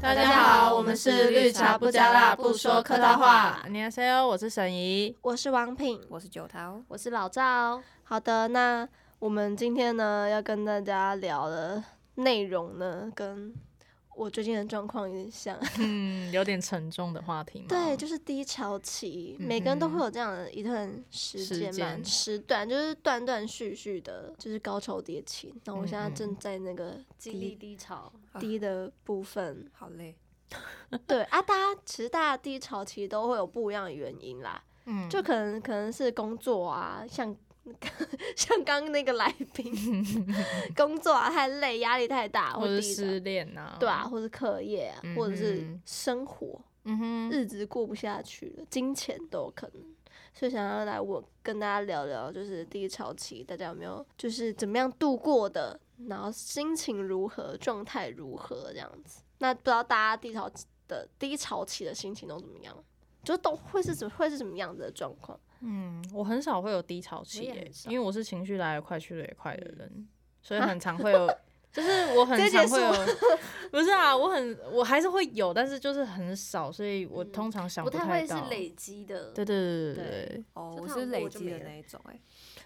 大家好，我们是绿茶不加辣，不说客套话。啊你好，C O，我是沈怡。我是王品。我是九桃，我是老赵，好的，那我们今天呢要跟大家聊的内容呢，跟我最近的状况有点像。嗯，有点沉重的话题吗？对，就是低潮期，每个人都会有这样的一段时间时嘛间，时段就是断断续续的，就是高潮迭起。那我现在嗯嗯正在那个经历低潮，啊低的部分，好累。 对啊，大家其实大家低潮其实都会有不一样的原因啦，嗯，就可能可能是工作啊，像 像刚刚那个来宾， 工作啊太累，压力太大，或低是潮失恋呐、对啊，，或是课业啊，或者嗯是哼生活，嗯哼，日子过不下去了，金钱都有可能。所以想要来我跟大家聊聊，就是低潮期大家有没有就是怎么样度过的，然后心情如何，状态如何这样子。那不知道大家低潮的低潮期的心情都怎么样？就都会是怎会是怎么样子的状况？嗯，我很少会有低潮期我也耶、很少因为我是情绪来得快去得也快的嗯人，所以很常会有，就是我很直接常结会有束， 不是啊，我很我还是会有，但是就是很少，所以我嗯通常想不太太会到。是累积的。对对对对对对，哦，这我趟是我累就积没的了那一种、哎，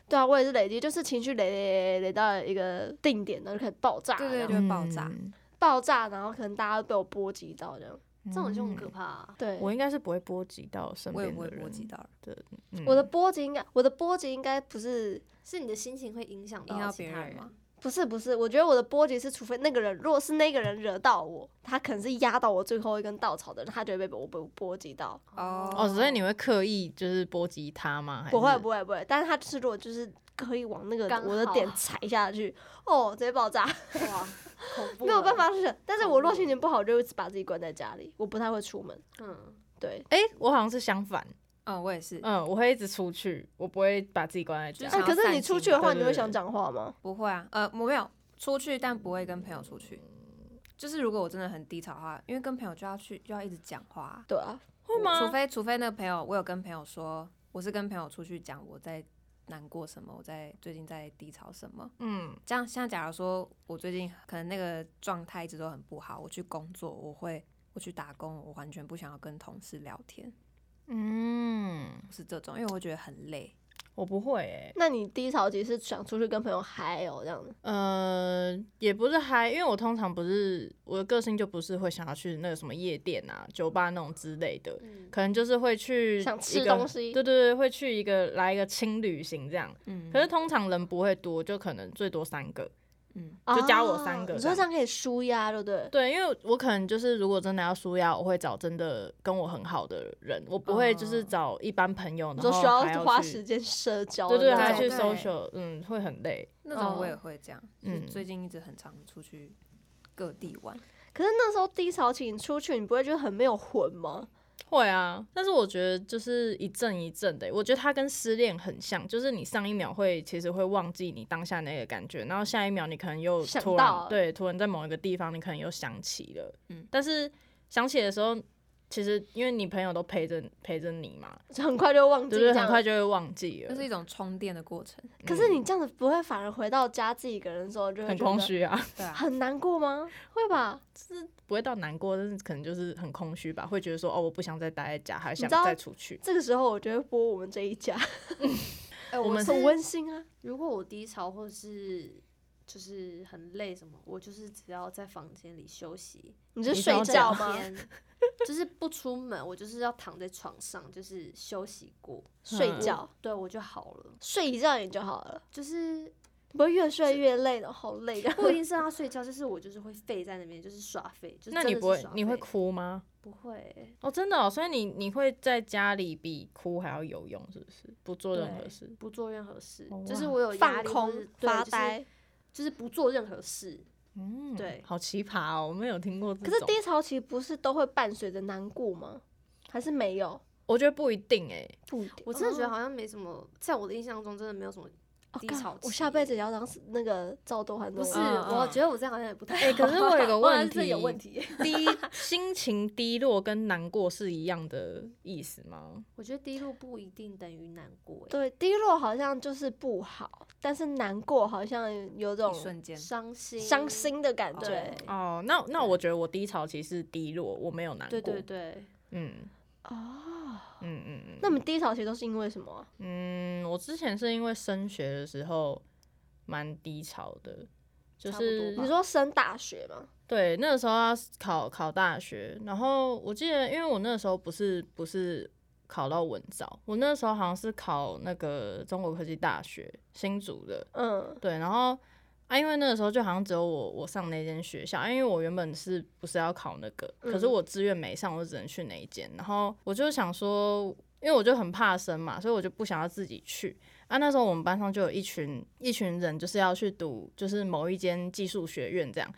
对啊，我也是累积，就是情绪累累累累到一个定点，然后就开始爆炸，对对然就后会爆炸嗯爆炸，然后可能大家都被我波及到这样。这种就很可嗯怕啊。对，我应该是不会波及到身我也边不的会人。波及到人，嗯我的波及应该，我的波及应该不是，是你的心情会影响影到响其别他人吗？不是，不是。我觉得我的波及是，除非那个人，如果是那个人惹到我，他可能是压到我最后一根稻草的人，他就会被我波波及到。哦哦，所以你会刻意就是波及他吗？还不会，是不会，不会。但是他就是，如果就是可以往那个刚我的好点踩下去，哦，直接爆炸，哇，恐怖，没有办。法是。但是恐我哦若怖心情不好，我就一直把自己关在家里，我不太会出门。嗯，对，哎、我好像是相反，嗯，我也是，嗯，我会一直出去，我不会把自己关在就家啊想哎，要。可是你散出心去的吧话，对你对会对想讲话吗？不会啊，呃，我没有出去，但不会跟朋友出去。就是如果我真的很低潮的话，因为跟朋友就要去，就要一直讲话啊、对啊，会吗？除非除非那个朋友，我有跟朋友说，我是跟朋友出去讲我在难过什么，我在最近在低潮什么。嗯，这样，像假如说我最近可能那个状态一直都很不好，我去工作，我会我去打工，我完全不想要跟同事聊天，嗯，是这种，因为我会觉得很累。我不会、欸，那你低潮期是想出去跟朋友嗨哦这样子？呃，也不是嗨，因为我通常不是我的个性就不是会想要去那个什么夜店啊、酒吧那种之类的，嗯可能就是会去想一吃个东西对对对，会去一个来一个轻旅行这样。嗯，可是通常人不会多，就可能最多三个。嗯，就加我三哦个你这说样这样可以舒压，对不对？对，因为我可能就是如果真的要舒压，我会找真的跟我很好的人，我不会就是哦找一般朋友，然嗯你后说需还要花去时间社交对的对，那种，还要对去对 social，嗯，会很累。那种我也哦会这样，嗯就是最近一直很常出去各地玩，可是那时候低潮期，你出去，你不会觉得很没有魂吗？会啊，但是我觉得就是一阵一阵的欸、我觉得它跟失恋很像，就是你上一秒会其实会忘记你当下那个感觉，然后下一秒你可能又想突到然了对突然在某一个地方你可能又想起了，嗯但是想起的时候，其实因为你朋友都陪着陪着你嘛，就很快就忘记就这是很样，快就会忘记了那是，一种充电的过程，可是你这样子不会反而回到家自己一个人的时候就会很觉得空，虚啊，对啊，很难过吗？会吧？不会到难过，但是可能就是很空虚吧，会觉得说哦，我不想再待在家，还想知道再出去。这个时候我就会播我们这一 家，哎，我们是很温馨啊。如果我低潮或是就是很累什么，我就是只要在房间里休息，你是你睡说这觉样吗？天就是不出门，我就是要躺在床上，就是休息过，睡觉，对我就好了。睡一觉也就好了，就是不会越睡越累的，好累 的。不一定是让他睡觉，就是我就是会废在那边，就是耍废。就是、那你不会你会？哭吗？不会，哦，真的哦，所以你你会在家里比哭还要有用，是不是？不做任何对事，不做任何事，哦就是哇我有压放力或空是、对发就是呆，就是不做任何事。嗯，对好奇葩哦，我没有听过这可种。是低潮期不是都会伴随着难过吗？还是没有？哦我觉得不一定哎、 不一定，嗯我真的觉得好像没什么，在我的印象中真的没有什么哦低干潮期我下辈子也要当那个赵斗环不东是，王嗯我嗯觉得我这样好像也不太好。哎可是我有个好像问是有题问题。 低心情低落跟难过是一样的意思吗？我觉得低落不一定等于难过，对，低落好像就是不好，但是难过好像有种一瞬间欸伤心，伤，心的感觉对。哦，那那我觉得我低潮期是低落，我没有难过。对对对，嗯哦，嗯嗯嗯。那么低潮期都是因为什么啊？嗯，我之前是因为升学的时候蛮低潮的，就差不多是吧你说升大学吗？对那个时候要考考大学，然后我记得，因为我那时候不是不是考到文藻，我那时候好像是考那个中国科技大学新竹的，嗯，对，然后啊，因为那个时候就好像只有我我上那间学校，啊因为我原本是不是要考那个，可是嗯我志愿没上，我只能去那一间。然后我就想说，因为我就很怕生嘛，所以我就不想要自己去。啊，那时候我们班上就有一群一群人，就是要去读就是某一间技术学院这样。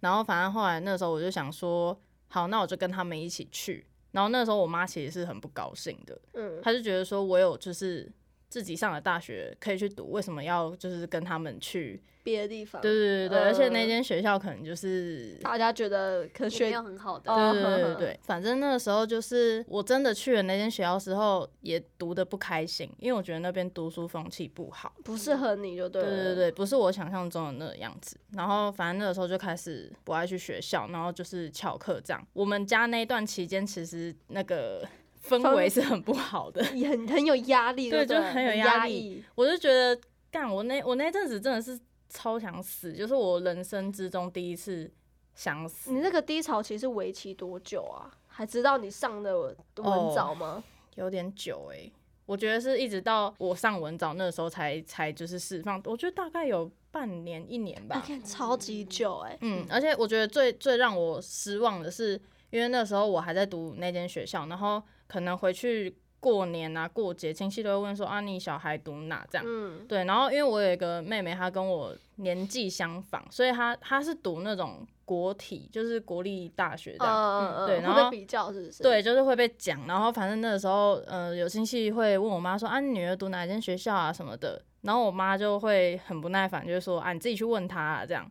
然后反正后来那时候我就想说，好，那我就跟他们一起去。然后那时候我妈其实是很不高兴的，嗯，他就觉得说我有就是自己上了大学可以去读，为什么要就是跟他们去？别的地方，对对对对，嗯而且那间学校可能就是。大家觉得可也没学有很好哦的，对对对对对，反正那个时候就是我真的去了那间学校之后，也读的不开心，因为我觉得那边读书风气不好。不适合你就对嗯对了。对对，不是我想象中的那个样子。然后反正那个时候就开始不爱去学校，然后就是翘课这样。我们家那一段期间，其实那个氛氛围是很不好的。也很很有压力，对对不对，就很有压压力。我就觉得，干我那我那阵子真的是超想死，就是我人生之中第一次想死，你那个低潮期是为期多久啊？还直到你上的哦文藻吗？有点久诶、我觉得是一直到我上文藻那时候才才就是释放，我觉得大概有半年一年吧。看超级久哎、嗯，而且我觉得最最让我失望的是，因为那时候我还在读那间学校，然后可能回去过年啊、过节，亲戚都会问说啊，你小孩读哪这样。嗯，对，然后因为我有一个妹妹，她跟我年纪相仿，所以她她是读那种国体，就是国立大学这样。嗯嗯对嗯，然会后被比较是不是？对，，就是会被讲，然后反正那个时候，呃，有亲戚会问我妈说啊，你女儿读哪间学校啊什么的，然后我妈就会很不耐烦，就是说啊，你自己去问她、啊、这样。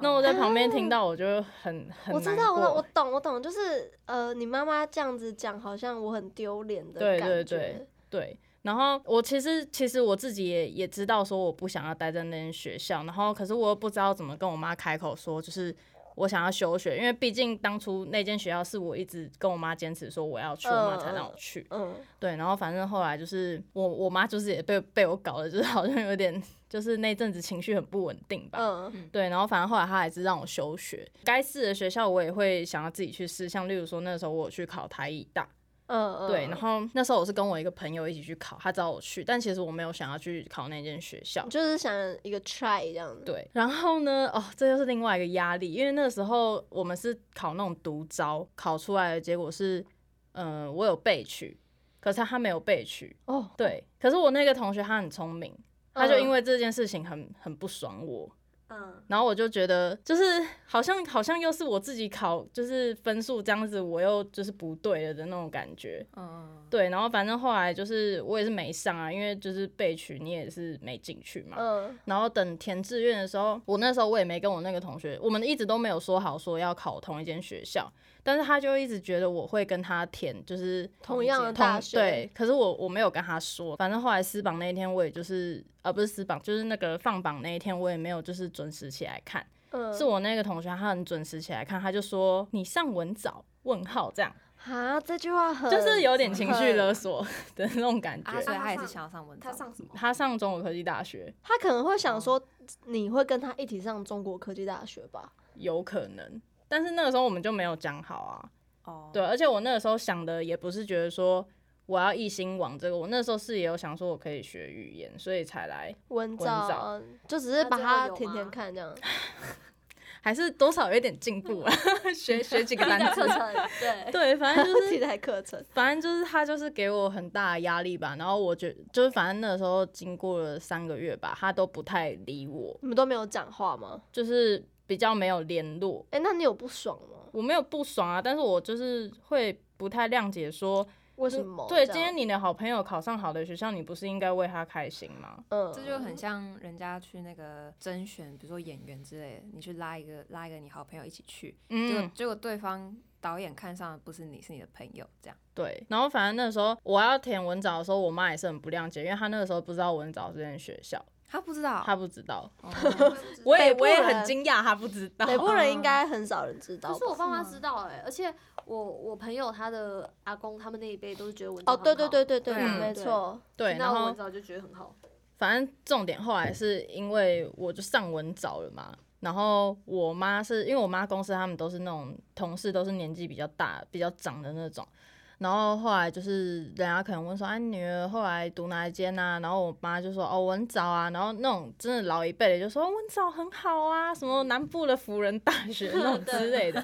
那我在旁边听到，我就很很啊我知难道，我过我懂，我懂，就是呃，你妈妈这样子讲，好像我很丢脸的对感对觉。对对，然后我其实其实我自己也也知道说我不想要待在那间学校，然后可是我又不知道怎么跟我妈开口说，就是我想要休学，因为毕竟当初那间学校是我一直跟我妈坚持说我要去，我妈才让我去。嗯，对，然后反正后来就是我我妈就是也被被我搞的，就是好像有点就是那阵子情绪很不稳定吧。嗯对，然后反正后来他还是让我休学，该试的学校我也会想要自己去试，像例如说那时候我有去考台艺大，嗯嗯，对，然后那时候我是跟我一个朋友一起去考，他找我去，但其实我没有想要去考那间学校你。就是想一个 try 这样子。对，然后呢，哦，这又是另外一个压力，因为那时候我们是考那种独招，考出来的结果是，嗯、我有被取，可是他没有被取。哦，对，可是我那个同学他很聪明，他就嗯因为这件事情很很不爽我，嗯，然后我就觉得，就是好像好像又是我自己考，就是分数这样子，我又就是不对了的那种感觉。嗯，对，然后反正后来就是我也是没上啊，因为就是被取，你也是没进去嘛。嗯然后等填志愿的时候，我那时候我也没跟我那个同学，我们一直都没有说好说要考同一间学校，但是他就一直觉得我会跟他填就是同一样的同大学对，可是我我没有跟他说，反正后来私榜那一天我也就是呃不是私榜，就是那个放榜那一天我也没有就是准时起来看，嗯，是我那个同学他很准时起来看，他就说你上文藻问号这样，啊，这句话很就是有点情绪勒索的那种感觉。啊，所以他他也是上想要上文他藻，上什 么？他上中国科技大学他可能会哦想说，你会跟他一起上中国科技大学吧？有可能，但是那个时候我们就没有讲好啊。哦，对，，而且我那个时候想的也不是觉得说我要一心往这个，我那时候是也有想说我可以学语言，所以才来，文文藻藻就只是把那最后它有填填吗看 这样。还是多少有点进步啊， 学嗯学几个单词。课 程 对，对，反正就是 替代课程，反正就是他就是给我很大的压力吧，然后我觉就是反正那时候经过了三个月吧，他都不太理我，你们都没有讲话吗？就是比较没有联络。哎、那你有不爽吗？我没有不爽啊，但是我就是会不太谅解说为什么？对，这今天样你的好朋友考上好的学校，你不是应该为他开心吗？嗯，这就很像人家去那个甄选，比如说演员之类的，你去拉一个拉一个你好朋友一起去，结果嗯，结果对方导演看上的不是你，是你的朋友，这样对。然后反正那时候我要填文藻的时候，我妈也是很不谅解，因为她那个时候不知道文藻这间学校，他不知道，她不知道，哦我也北部我也很人惊讶，她不知道。北部人应该很少人知道可吧。是我爸妈是吗知道哎、而且我我朋友他的阿公他们那一辈都是觉得文藻哦，对很好对对对对，对嗯啊没错，对，听然到后文藻就觉得很好。反正重点后来是因为我就上文藻了嘛，然后我妈是因为我妈公司他们都是那种同事都是年纪比较大、比较长的那种，然后后来就是人家可能问说，哎、女儿后来读哪一间啊？然后我妈就说，哦，文藻啊，然后那种真的老一辈的就说文藻很好啊，什么南部的辅仁大学那种之类的，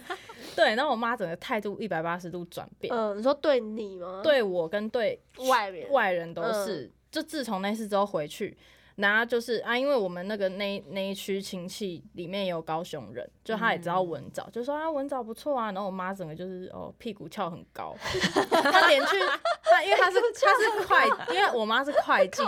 对，然后我妈整个态度一百八十度转变，嗯，你说对你吗？，对我跟对外人，外人都是。嗯就自从那次之后回去，然后就是啊，因为我们那个那那一区亲戚里面也有高雄人，就他也知道文嗯藻，就说啊文藻不错啊。然后我妈整个就是哦屁股翘很高， 她连去她因为她是她是会，因为我妈是会 计，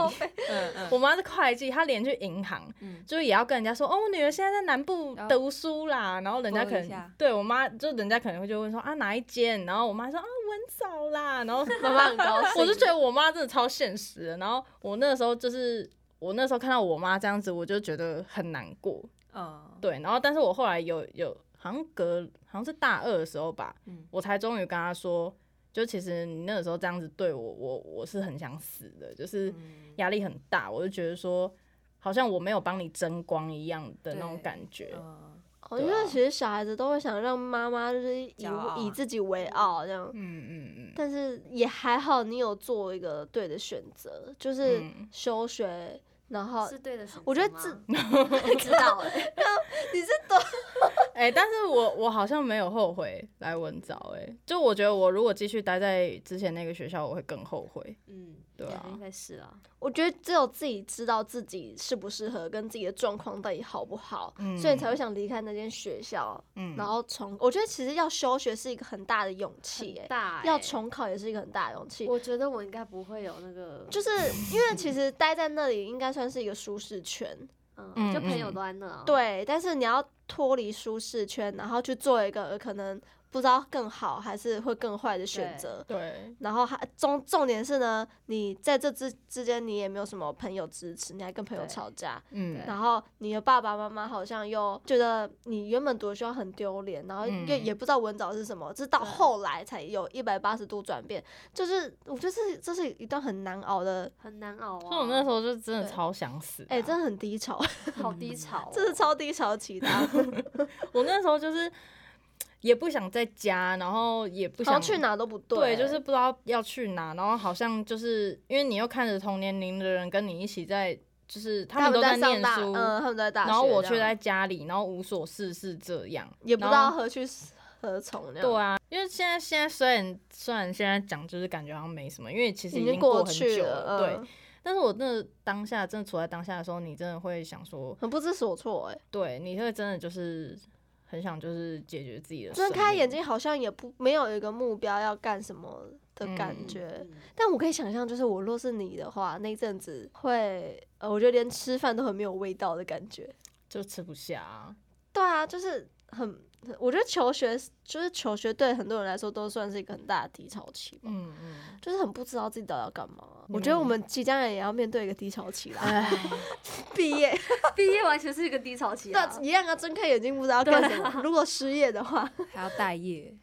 嗯嗯，我妈是会计，她连去银行，嗯就是也要跟人家说，哦，我女儿现在在南部然后读书啦，然后人家可播一下能对我妈，就人家可能会就问说啊哪一间，然后我妈说啊文藻啦，然后妈妈很高兴。我 就觉得我妈真的超现实的，然后我那时候就是。我那时候看到我妈这样子，我就觉得很难过，嗯，对。然后，但是我后来有有，好像隔好像是大二的时候吧，嗯我才终于跟她说，就其实你那个时候这样子对我，我我是很想死的，就是嗯压力很大，我就觉得说，好像我没有帮你争光一样的那种对感觉。嗯哦，因对啊为其实小孩子都会想让妈妈就是以骄傲以自己为傲这样，嗯嗯嗯，但是也还好，你有做一个对的选择，就是嗯休学，然后是对的选择吗哦我觉得 自知道哎、你是多哎、但是我我好像没有后悔来文藻，哎，就我觉得我如果继续待在之前那个学校，我会更后悔。 嗯，对啊感觉应该是啊。我觉得只有自己知道自己适不适合，跟自己的状况到底好不好，嗯所以你才会想离开那间学校，嗯然后重。我觉得其实要休学是一个很大的勇气、很欸，大、欸、要重考也是一个很大的勇气。我觉得我应该不会有那个，就是因为其实待在那里应该算是一个舒适圈，嗯嗯，就朋友都在那、啊，，对，但是你要脱离舒适圈，然后去做一个可能不知道更好还是会更坏的选对择。对，然后还重重点是呢，你在这之之间你也没有什么朋友支持，你还跟朋友对吵架，嗯对然后你的爸爸妈妈好像又觉得你原本读的学校很丢脸，然后嗯又也不知道文藻是什么，直到对后来才有一百八十度转变。就是我觉得这是这是一段很难熬的，很难熬啊。所以我那时候就真的对超想死、啊，哎、真的很低潮， 好低潮、哦，这是超低潮的 起搭，我那时候就是也不想在家，然后也不好像想去哪都不欸对，就是不知道要去哪，然后好像就是因为你又看着同年龄的人跟你一起在，就是他他们们都在念上大，书，嗯，他们都在大学，然后我却这样在家里，然后无所事事这样，也不知然道后。何去何从那样。对啊，因为现在现在虽然虽然现在讲就是感觉好像没什么，因为其实已经经过很去久了，对。嗯但是我真的当下真的处在当下的时候，你真的会想说，很不知所措哎、对，你会真的就是很想就是解决自己的生睁命。开眼睛好像也不没有一个目标要干什么的感嗯觉。嗯但我可以想象，就是我若是你的话，那一阵子会，呃，我觉得连吃饭都很没有味道的感觉。就吃不下、啊，对啊，就是很，很我觉得求学就是求学对很多人来说都算是一个很大的低潮期吧，嗯嗯， 就是很不知道自己到底要干嘛。我觉得我们即将也要面对一个低潮期啦，哎， 毕业毕业完全是一个低潮期啊。 那一样啊，睁开眼睛不知道要干什啊么。如果失业的话，还要待业，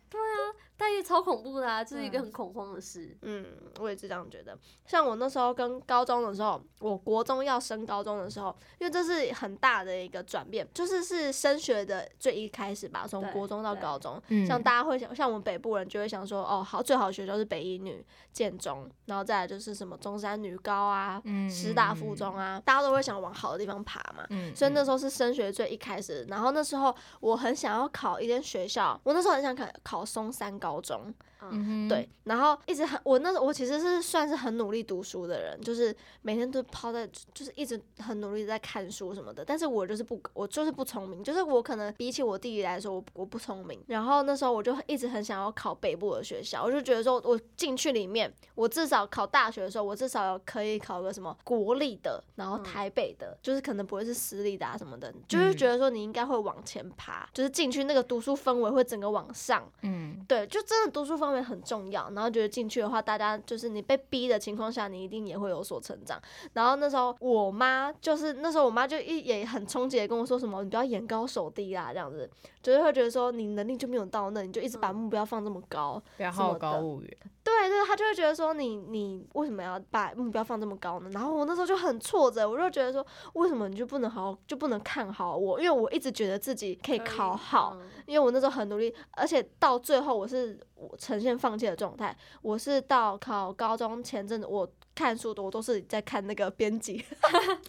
待业超恐怖的、啊，就是一个嗯很恐慌的事。嗯，我也是这样觉得。像我那时候跟高中的时候，我国中要升高中的时候，因为这是很大的一个转变，就是是升学的最一开始吧，从对国中到高中。嗯像大家会想，像我们北部人就会想说，哦，好，最好的学校是北一女、建中，然后再来就是什么中山女高啊、嗯师大附中，啊，大家都会想往好的地方爬嘛。嗯，所以那时候候是升学最一开始，然后那时候我很想要考一间学校，我那时候很想考考松山高中，嗯哼，对，，然后一直很，我那时候我其实是算是很努力读书的人，就是每天都泡在，就是一直很努力地在看书什么的。但是我就是不，我就是不聪明，就是我可能比起我弟弟来说，我我不聪明。然后那时候我就一直很想要考北部的学校，我就觉得说，我进去里面，我至少考大学的时候，我至少有可以考个什么国立的，然后嗯台北的，就是可能不会是私立的啊什么的，就是觉得说你应该会往前爬，就是进去那个读书氛围会整个往上。嗯，对，就真的读书方面很重要。然后觉得进去的话，大家就是你被逼的情况下，你一定也会有所成长。然后那时候我妈就是那时候我妈就一也很冲击的跟我说什么，你不要眼高手低啦，这样子，就是会觉得说你能力就没有到那，你就一直把嗯目标放这么高。不要什么好高的骛远，对对，她就会觉得说你你为什么要把目标放这么高呢？然后我那时候就很挫折，我就觉得说为什么你就不能好好就不能看好我？因为我一直觉得自己可以可以考好，，嗯因为我那时候很努力，而且到最后我是我呈现放弃的状态。我是到考高中前阵子，我看书的我都是在看那个编辑，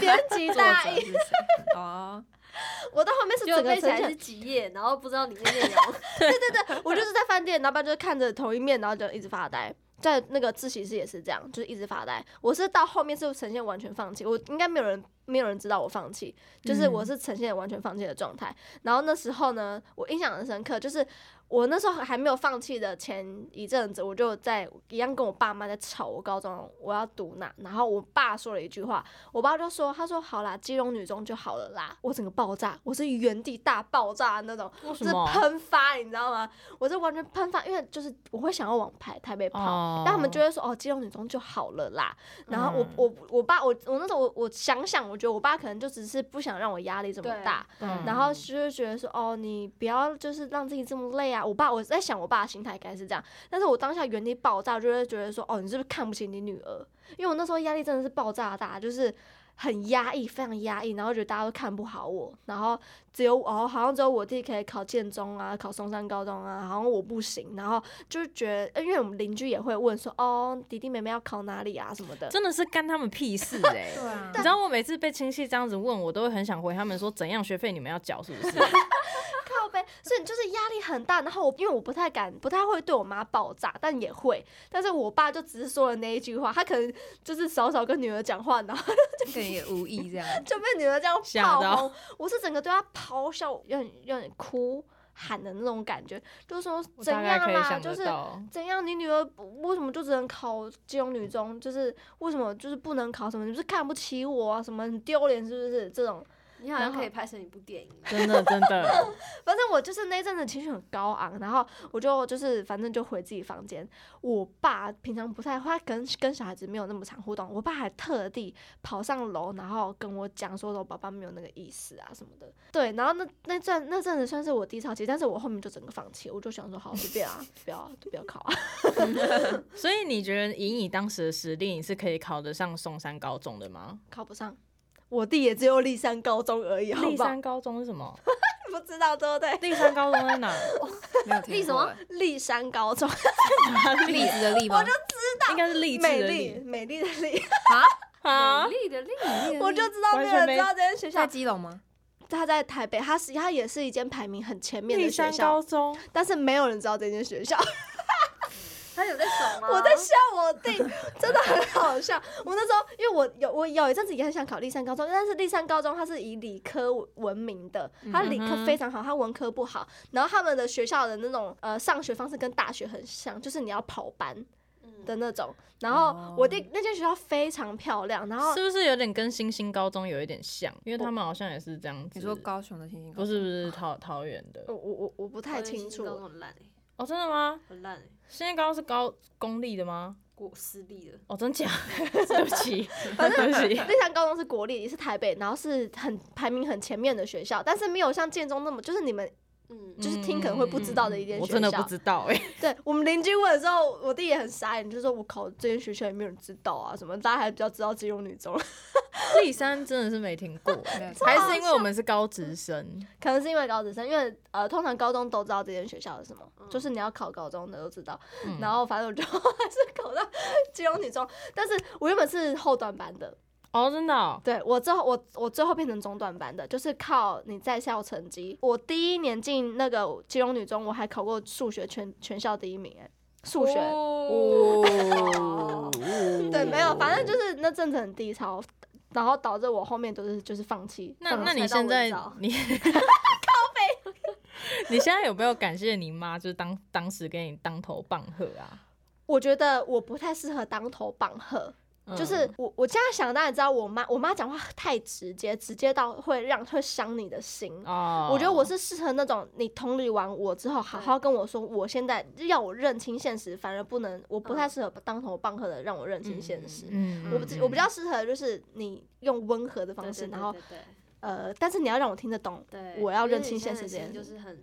编辑作大者意，是谁？哦，我到后面是就整个背起呈来是现，几页，然后不知道里面内 容。我就是在饭店，然后不然就是看着同一面，然后就一直发呆。在那个自习室也是这样，就是一直发呆。我是到后面是呈现完全放弃，我应该没有人没有人知道我放弃，就是我嗯是呈现完全放弃的状态。然后那时候呢，我印象很深刻，就是我那时候还没有放弃的前一阵子，我就在一样跟我爸妈在吵，我高中我要读哪，然后我爸说了一句话，我爸就说，他说好啦，基隆女中就好了啦，我整个爆炸，我是原地大爆炸那种，为什是么？啊喷发，你知道吗？我是完全喷发，因为就是我会想要往台台北跑，哦但他们就会说哦，基隆女中就好了啦。然后我、嗯我我爸我我那时候我我想想，我觉得我爸可能就只是不想让我压力这么对大，嗯然后就是觉得说哦，你不要就是让自己这么累啊。我爸我在想我爸的心态应该是这样，但是我当下原地爆炸，就会觉得说哦，你是不是看不起你女儿？因为我那时候压力真的是爆炸大，就是。很压抑，非常压抑，然后觉得大家都看不好我，然后只有我哦，好像只有我弟可以考建中啊，考松山高中啊，好像我不行，然后就是觉得，呃因为我们邻居也会问说，哦，弟弟妹妹要考哪里啊什么 的，真的是干他们屁事哎、对 啊你知道我每次被亲戚这样子问，我都会很想回他们说怎样学费你们要缴是不是？靠背，所以你就是压力很大。然后我因为我不太敢，不太会对我妈爆炸，但也会。但是我爸就只是说了那一句话，他可能就是少少跟女儿讲话，然后可能也无意这样。就被女儿这样吓炮到轰。我是整个对他咆哮，有点有点哭喊的那种感觉，就是说我怎大概样可以啦，想就得是到，怎样？你女儿不为什么就只能考金融女中？就是为什么就是不能考什么？你是不是看不起我啊？什么很丢脸是不是？这种，你好像然后可以拍成一部电影， 真的真的，反正我就是那阵子情绪很高昂，然后我就就是反正就回自己房间。我爸平常不太，他跟跟小孩子没有那么常互动，我爸还特地跑上楼，然后跟我讲说我爸爸没有那个意思啊什么的。对，然后那那阵那阵子算是我低潮期，但是我后面就整个放弃，我就想说好随便啊，不要啊都不要考啊。所以你觉得以你当时的实力，你是可以考得上松山高中的吗？考不上，我弟也只有立山高中而已，好 立不好？山高中是什么？不知道对不对？立山高中在哪？没有听立什么过欸？ 立山高中，栗子的栗吗？我就应该是励志美的丽励美丽的 丽，啊美！丽的丽，我就知道完没有全人没知道这间学校在。基隆吗？他在台北，他是他也是一间排名很前面的立学山校，高啊中，但是没有人知道这间学校。他有在爽吗？ 我在笑我弟，真的很好笑。 我那时候因为我有我有一阵子也很想考立山高中，但是立山高中它是以理科闻名的，它理嗯科哼非常好，它文科不好。然后他们的学校的那种呃上学方式跟大学很像，就是你要跑班嗯的那种。然后我弟哦那间学校非常漂亮，然后是不是有点跟新兴高中有一点像？因为他们好像也是这样子。你说高雄的星星不是不是桃桃园的我我我我不太清楚，我觉得新高中很烂欸哦，真的吗？很烂欸新兴高中是高公立的吗？国私立的，哦，真假？ 对不起，对不起。立山高中是国立，也是台北，然后是很排名很前面的学校，但是没有像建中那么，就是你们嗯，就是听可能会不知道的一间嗯我学真的不校。知道哎、对我们邻居问的时候，我弟也很傻眼，就说我考这间学校也没有人知道啊，什么大家还比较知道基隆女中，立山真的是没听过，欸没有听过还是因为我们是高职生， 可能是因为高职生，因为呃通常高中都知道这间学校是什么，嗯就是你要考高中的都知道。嗯 然后反正我就还是考到基隆女中，但是我原本是后段班的，哦，真的哦、对我最后我我最后变成中短班的，就是靠你在校成绩。我第一年进那个基隆女中，我还考过数学全全校第一名、哎，数学。哦，哦 对，没有，反正就是那阵子很低潮，然后导致我后面都是就是放弃。那放那弃你现在菜刀 你靠背，你现在有没有感谢你妈？就是当当时给你当头棒喝啊？我觉得我不太适合当头棒喝，嗯就是我我现在想，当然知道我妈我妈讲话太直接，直接到会让会伤你的心。哦，我觉得我是适合那种你同理完我之后，好好跟我说，我现在要我认清现实，反而不能，我不嗯太适合当头棒喝的让我认清现实。嗯，我不知我比较适合就是你用温和的方对式，对然对后对对呃，但是你要让我听得懂，对，我要因为认你清现现在的实这心就件是很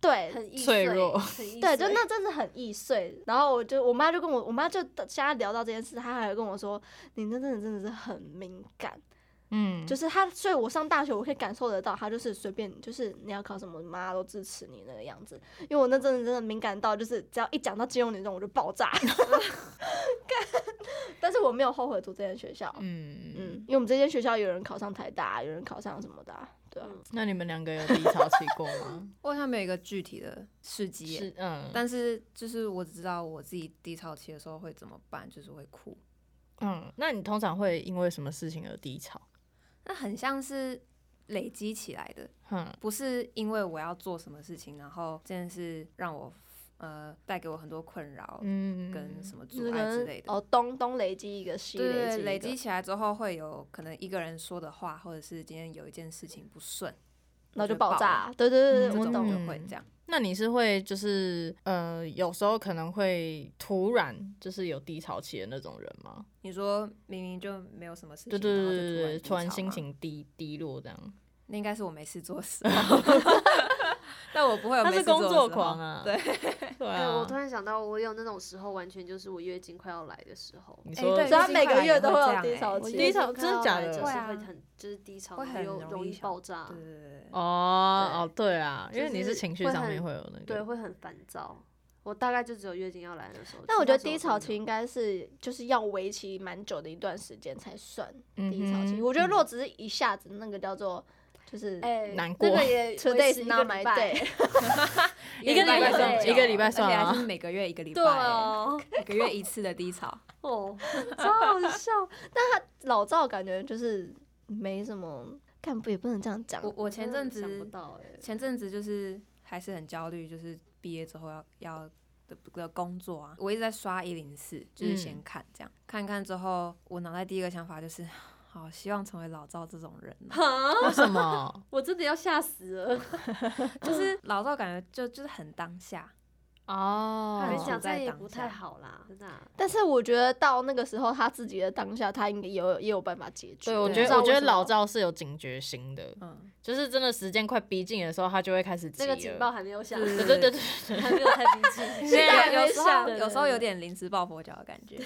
对，很易脆弱很易碎对，就那真的很易碎。然后我就我妈就跟我，我妈就现在聊到这件事，她还有跟我说，你那真的真的是很敏感，嗯，就是是她，所以我上大学我可以感受得到，她就是随便就是你要考什么，妈都支持你那个样子。因为我那阵子真的敏感到，就是只要一讲到金融女中我就爆 炸，干但是我没有后悔读这间学校，嗯嗯，因为我们这间学校有人考上台大，有人考上什么的啊、对啊，嗯那你们两个有低潮期过 吗？我好像没有一个具体的事迹耶，是，嗯，但是就是我只知道我自己低潮期的时候会怎么办，就是会哭。嗯，那你通常会因为什么事情而低潮？那很像是累积起来的，嗯不是因为我要做什么事情，然后这件事让我呃带给我很多困扰嗯，跟什么？么就是阻可碍之能类的。哦，东东累积一个，西累对积对，一对个累积起来之后会有可能一个人说的话，或者是今天有一件事情不顺，然后就我爆爆了嗯炸。对对对这对，我种懂。就会这样。那你是会就是呃，有时候可能会突然就是有低潮期的那种人吗？你说明明就没有什么事情，对对然后对就对对，突突然然低潮啊心吗，情低低落这样。那应该是我没事做的时 候。但我不会有他没是事呃做工的时作候狂啊，对， 对哎，啊我，突然想到，我有那种时候，完全就是我月经快要来的时候，你哎说啊对所以他最近每个快月也都会会这有样低欸潮我期月低经潮快真的要假来的就是会会啊很就是低潮，会然后很又容容易易想爆炸对，对对对，哦哦，对啊，就因为你是是情绪会上面很会有那对，个，会很烦躁。我大概就只有月经要来的时候，但我其他觉时候都得低潮没期有应该是就是要为期蛮久的一段时间才算嗯低潮期。哼 我觉得如果只是一下子，那个叫做就是哎，难那过个也 today 维 is 持一 not 个 my 礼拜 day，一个礼拜算对一个礼拜算而且还啊是每个月一个礼拜对欸，哦，每个月一次的 低潮。哦，超好 笑。但他老赵感觉就是没什么，干部也不能这样讲。我我前嗯阵想不子到哎，前阵子就是还是很焦虑，就是毕业之后要要的的工作啊，我一直在刷一零四，就是先嗯看这样、看一看之后，我脑袋第一个想法就是，好希望成为老赵这种人啊、为什么？ 我真的要吓死了。就是老赵感觉就就是很当下，哦我很跟想你讲，处这在样也当不下太好啦，真的啊。但是我觉得到那个时候，他自己的当下，他应该也有也有办法解决。对，我对觉不知得道我觉为得什么老赵是有警觉心的，嗯，就是真的时间快逼近的时候，他就会开始急那个警报了。还没有响，对对对对， 还没有太逼 近。现在有 时候对对有时候有对点临时抱佛脚的感觉，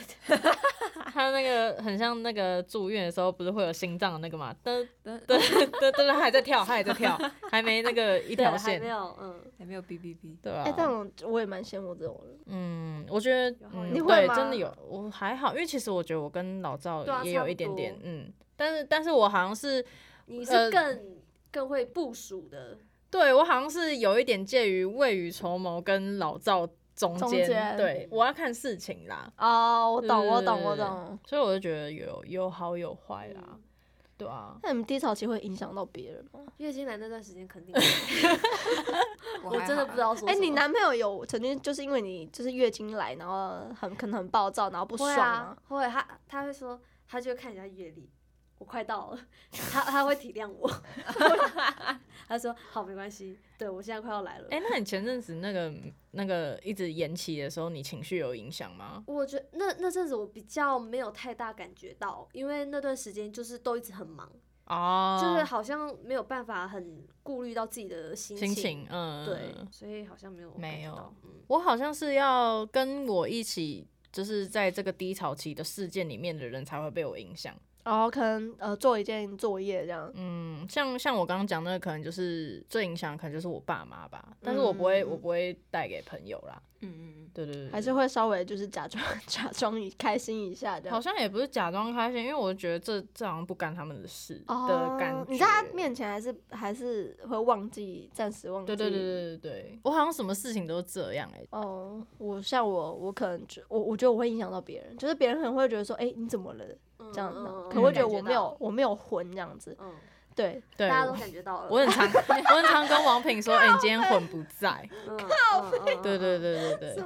他那个很像那个住院的时候，不是会有心脏的那个嘛？噔但噔噔噔，还在跳，他还在跳， 还没那个一对条还线没，有，嗯，还没有哔哔哔。对哎、但吧？我我也蛮羡慕这种人。嗯，我觉得有好嗯有你会对，吗真的有，我还好，因为其实我觉得我跟老赵对啊也差有不一点点多，嗯，但是但是我好像是你呃是更更会部署的，对我好像是有一点介于未雨绸缪跟老赵中中间，间对我要看事情啦，哦，我懂，我懂，我对懂。所以我就觉得有有好有哎坏啦，嗯对啊，那你们低潮期会影响到别人吗？月经来那段时间 肯定，我我真的不知道，道说哎、什你么男朋友有曾经就是因为你就是月经来，然后很可能很暴躁，然后不爽会啊吗？，会他他会说，他就会看人家月历，我快到了，他他会体谅我， 他说好没关系，对我现在快要来了。哎、那你前阵子那个那个一直延期的时候，你情绪有影响吗？我觉那那阵子我比较没有太大感觉到，因为那段时间就是都一直很忙，哦，就是好像没有办法很顾虑到自己的心心情，嗯，对，所以好像没有感没觉有到，嗯，我好像是要跟我一起，就是在这个低潮期的事件里面的人才会被我影响。然后可能呃做一件作业这样，嗯，像像我刚刚讲那个，可能就是最影响，可能就是我爸妈吧。但是我不会，嗯我不会带给朋友啦。嗯嗯对对对，对还是会稍微就是假装 假装一开心一下这好样。像也不是假装开心，因为我觉得这这好像不干他们的事的感觉。哦你在他面前还是还是会忘记，暂时忘记。对对对对对对，我好像什么事情都这样哎、哦，我像我，我可能就我我觉得我会影响到别人，就是别人可能会觉得说，哎、你怎么了嗯这样子，嗯嗯可能会觉得感我没到有我没有魂这样子，嗯，对，对，大家我都感觉到了。我很常我很常跟王品说，哎、你今天魂不在。嗯嗯嗯嗯对对对嗯对对，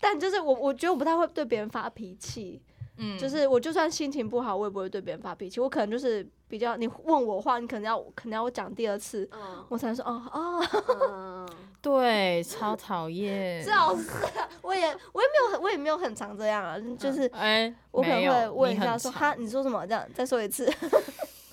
但就是我我觉得我不太会对别人发脾气，嗯，就是我就算心情不好，我也不会对别人发脾气，我可能就是比较你问我话，你可能要可能要我讲第二次，嗯我才说哦哦，嗯嗯嗯对，超讨厌。最好是啊我也我也没有很我也没有很常这样啊，就是哎、我可能没会有，问你一下很说常哈你说什么这样再说一次，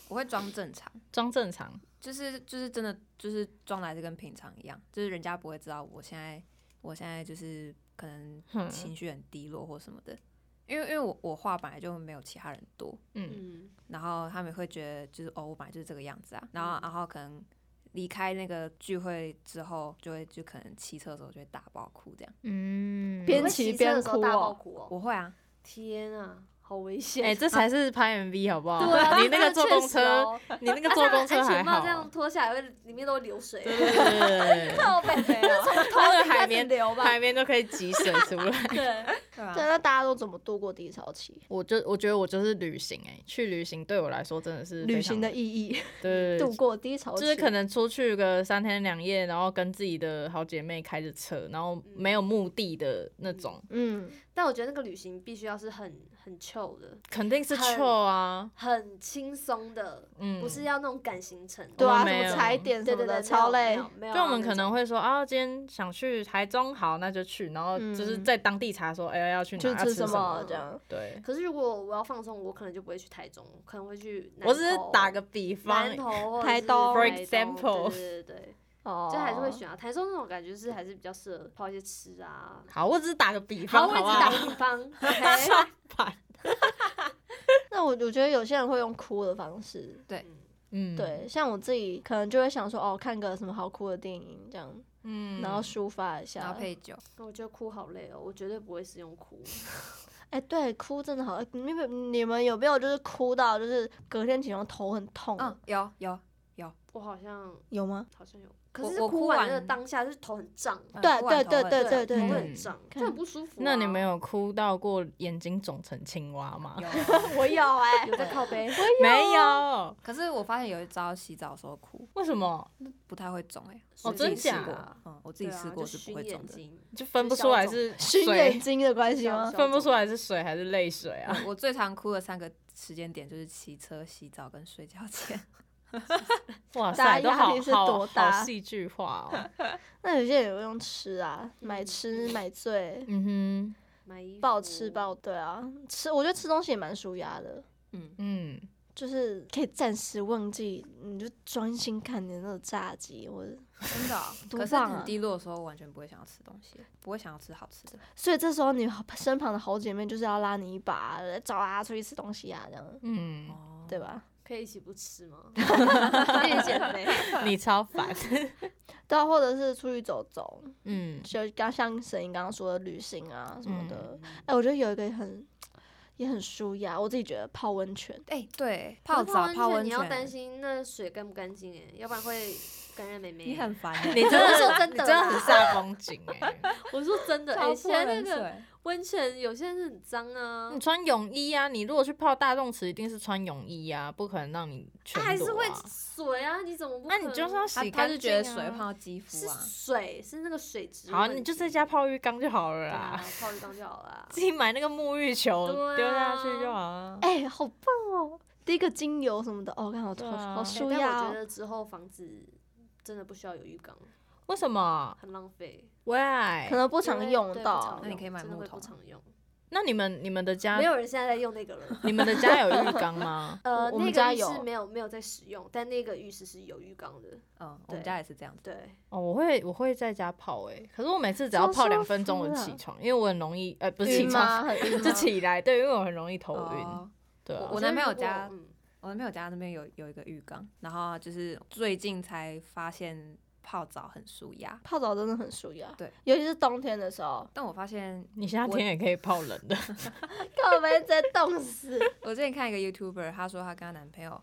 我会装正常，装正常，就是就是真的就是装来是跟平常一样，就是人家不会知道我现在我现在就是可能哼情绪很低落或什么的，因为因为我我话本来就没有其他人多，嗯， 嗯然后他们也会觉得就是哦，我本来就是这个样子啊，然嗯后然后可能离开那个聚会之后，就会就可能骑车的时候就会大爆哭这样，嗯，边你会骑骑车的边时候哭大哦爆哭哦！我会啊，天啊，好危哎、险！这才是拍 MV 好不好？对啊你那个坐公这确实车，哦你那个啊坐这样公车安还全好帽这。样脱下来会里面都会流水，对对对对对， 啊靠背背哦，那个海绵流吧，海绵都可以挤水出来。 对，对对，啊，那大家都怎么度过低潮期？我就我觉得我就是旅行哎、去旅行对我来说真的是非旅常行的意义，对对度对，过低哦潮期，就是可能出去个三天两夜，然后跟自己的好姐妹开着车，然后没嗯有目的的那种，嗯，但我觉得那个旅行必须要是很很 chill 的，肯定是很 chill 啊，很轻松的，嗯，不是要那种赶行程。对啊，我们什没么有踩点对什对么对，的，超没累 有。，没有就我们可那能种会说啊，今天想去台中，好，那就去，然后就是嗯在当地查说，哎、要去哪，就是要吃吃什么？么这样，对，可是如果我要放松，我可能就不会去台中，可能会去南投。我只是打个比方欸南，投、台东 For 台东 example 对对对哦对，就还是会选啊。台中那种感觉是还是比较适合泡一些吃啊。好，我只是打个比好，方，我一直不打好？啊个比方，OK， 板，那我我觉得有些人会用哭的方式，嗯嗯，对，，像我自己可能就会想说，哦，看个什么好哭的电影这样，嗯，然后抒发一然下后。配酒，我觉得哭好累哦，我绝对不会是用哭。哎，对，哭真的好。哎你们你们有没有就是哭到就是隔天起床头很哦痛？嗯，有有，我好像有吗？好像有，可我是我哭哭完完那个当下就是头很哦胀，嗯对哭完对头对很对痛对对头会对，很胀，嗯就很不舒服啊。那你 们有哭到过眼睛肿成青蛙吗？有，哦我有哎有在靠 背？没有，可是我发现有一招洗澡的时候哭为什么？不太会肿哎，哦我自真己假试过，嗯，我自己对啊试过就是不熏会肿眼的。睛，就分不出来 是熏眼水，睛的关系吗小？分不出来是水还是泪水 啊？我我最常哭的三个时间点就是骑车、洗澡跟睡觉前。哇大塞，家都压好力是好多大好戏剧化哦。那有些人也会用吃啊，买吃买醉，嗯买衣服暴吃嗯暴对啊，吃我觉得吃东西也蛮舒压的。嗯哼，，嗯，就是可以暂时忘记，你就专心看你的那个炸鸡，或者真的哦、 多可是棒啊很低落的时候，完全不会想要吃东西，不会想要吃好吃的。所以这时候你身旁的好姐妹就是要拉你一把，找她出去吃东西啊，这样 嗯，哦对吧？可以一起不吃吗？一起减肥。你超烦。 对啊，或者是出去走走，嗯，就刚像沈莹刚刚说的旅行啊什么的。哎、嗯我觉得有一个很也很舒压，我自己觉得泡温泉。哎、对，泡澡、泡温你要泉，担心那水干不干净哎，要不然会感染妹妹。你很烦、你欸。真 的我说真你的真的很啦煞风景哎、我说真的，哎，超现在那泼个冷水温泉有些是很脏啊你，穿泳衣啊，你如果去泡大众池，一定是穿泳衣啊，不可能让你全裸、啊。它还是会水啊，你怎么不可那能？你就是要他洗他干是净、觉啊。得水碰到肌肤是啊，水，是那个水质问好，啊题。你就在家泡浴缸就好了对啦， 啊，泡浴缸就好了。自己买那个沐浴球对啊丢、下去就好啊了。哎、好棒哦！滴个精油什么的，哦，看好对好、啊好哎舒但压、我觉哦。得之后房子真的不需要有浴缸，为什么很浪费。可？Why？能不因常为用对不到常，那你用可以买真的木会桶不常用。那你们你们的家没有人现在在用那个 了。？你们的家有浴缸吗呃，我们那家个浴有室没有没有在使用，但那个浴室是有浴缸的。嗯，我对们家也是这样子。对，哦，我会我会在家泡哎、可是我每次只要超泡两舒分钟服我就的 起床，因为我很容易呃不是晕 起床，吗？很晕就吗？起来，对，因为我很容易头晕。哦对啊我，男朋友所以如果家嗯我男朋友家那边有有一个浴缸，然后就是最近才发现泡澡很舒压，泡澡真的很舒压，对，尤其是冬天的时候，但我发现你夏我天也可以泡冷的，根本直接冻死。我之前看一个 YouTuber，她说她跟她男朋友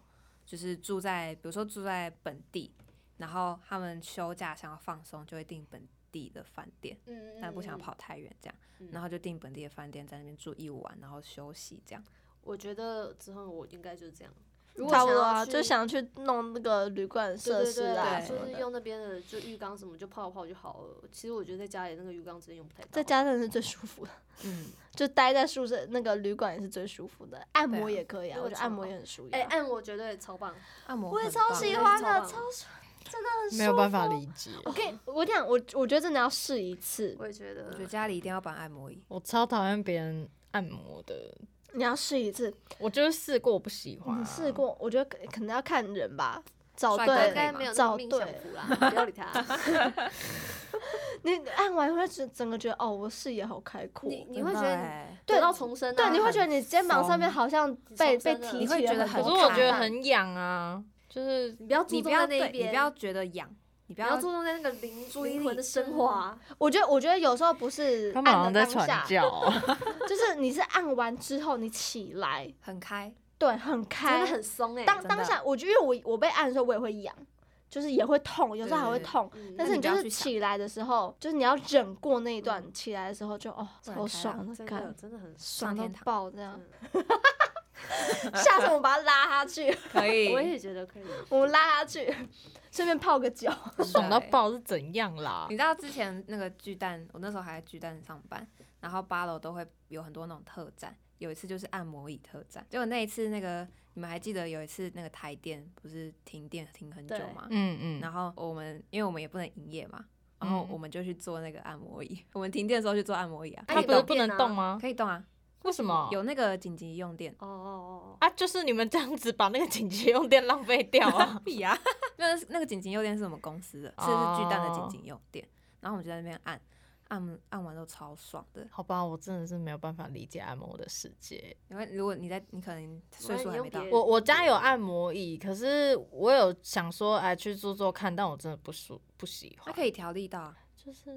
就是住在，比如说住在本地，然后他们休假想要放松，就会订本地的饭店，嗯嗯但不想嗯跑太远这样，嗯然后就订本地的饭店，在那边住一晚，然后休息这样。我觉得之后我应该就是这样，如果差不想多要啊，就去想去弄那个旅馆设施啊对什就么是的。用那边的就浴缸什么就泡一泡就好了。其实我觉得在家里那个浴缸真的用不太到，在家真的是最舒服的，嗯，就待在宿舍那个旅馆也是最舒服的，按摩对啊也可以啊，那我个觉得超按摩好也很舒压。哎、按摩绝对超棒，按摩我也很超棒喜欸欢真的的，是超超舒，真的很舒服。没有办法理解。我跟你，我讲，我我觉得真的要试一次，我也觉得。我觉得家里一定要绑按摩椅，我超讨厌别人按摩的，你要试一次。我就是试过，我不喜欢、啊你试？过？我觉得可可能要看人吧，找帅对他应哥可以该人，吗没有那找么命享对福啦，不要理他。你按完会整整个觉得哦，我视野好开 阔。你你真会的觉得欸得到重生、啊，对，你会觉得你肩膀上面松好像松被被真的提你会起了觉得可很是多很我重觉得担很痒啊，就是你不要注你不重在要对，那一你边，不要觉得痒，你不不要要注重在那个灵注意灵力魂的升华。我觉得，我觉得有时候不是他按们好的像在当传下，教哦、就是你是按完之后你起来，很开，对，很真开的，很松哎、当真当的下，我觉得因为我我被按的时候我也会痒，就是也会痛，有时候还会对对对痛。嗯但那是你你不就要是去想起来的时候，就是你要忍过那一段，起来的时候就哦，不然超开爽朗的真感的觉，真的很爽。爽到天堂爆这样真。 下次我们把它拉下去，可以， 我也觉得可以，哦我们拉下去，顺便泡个脚。真 的爽到欸爆是怎样啦你？知道之前那个巨蛋，我那时候还在巨蛋上班，然后八楼都会有很多那种特展，有一次就是按摩椅特展。结果那一次那个，你们还记得有一次那个台电不是停电停很久对吗？嗯嗯，然后我们因为我们也不能营业嘛，然后嗯我们就去做那个按摩椅。我们停电的时候去做按摩椅啊，哎他你不是懂不能电啊动吗？可以动啊，为什么？有那个紧急用电。！哦哦哦哦，啊，就是你们这样子把那个紧急用电浪费掉啊 必啊！那那个紧急用电是我们公司的，是是巨蛋的紧急用电。然后我们就在那边按，按按完都超爽的。好吧，我真的是没有办法理解按摩的世界。因为如果你在，你可能岁数还没你用到别，人我我家有按摩椅，可是我有想说哎去做做看，但我真的不舒不喜它欢。可以调力到啊，就是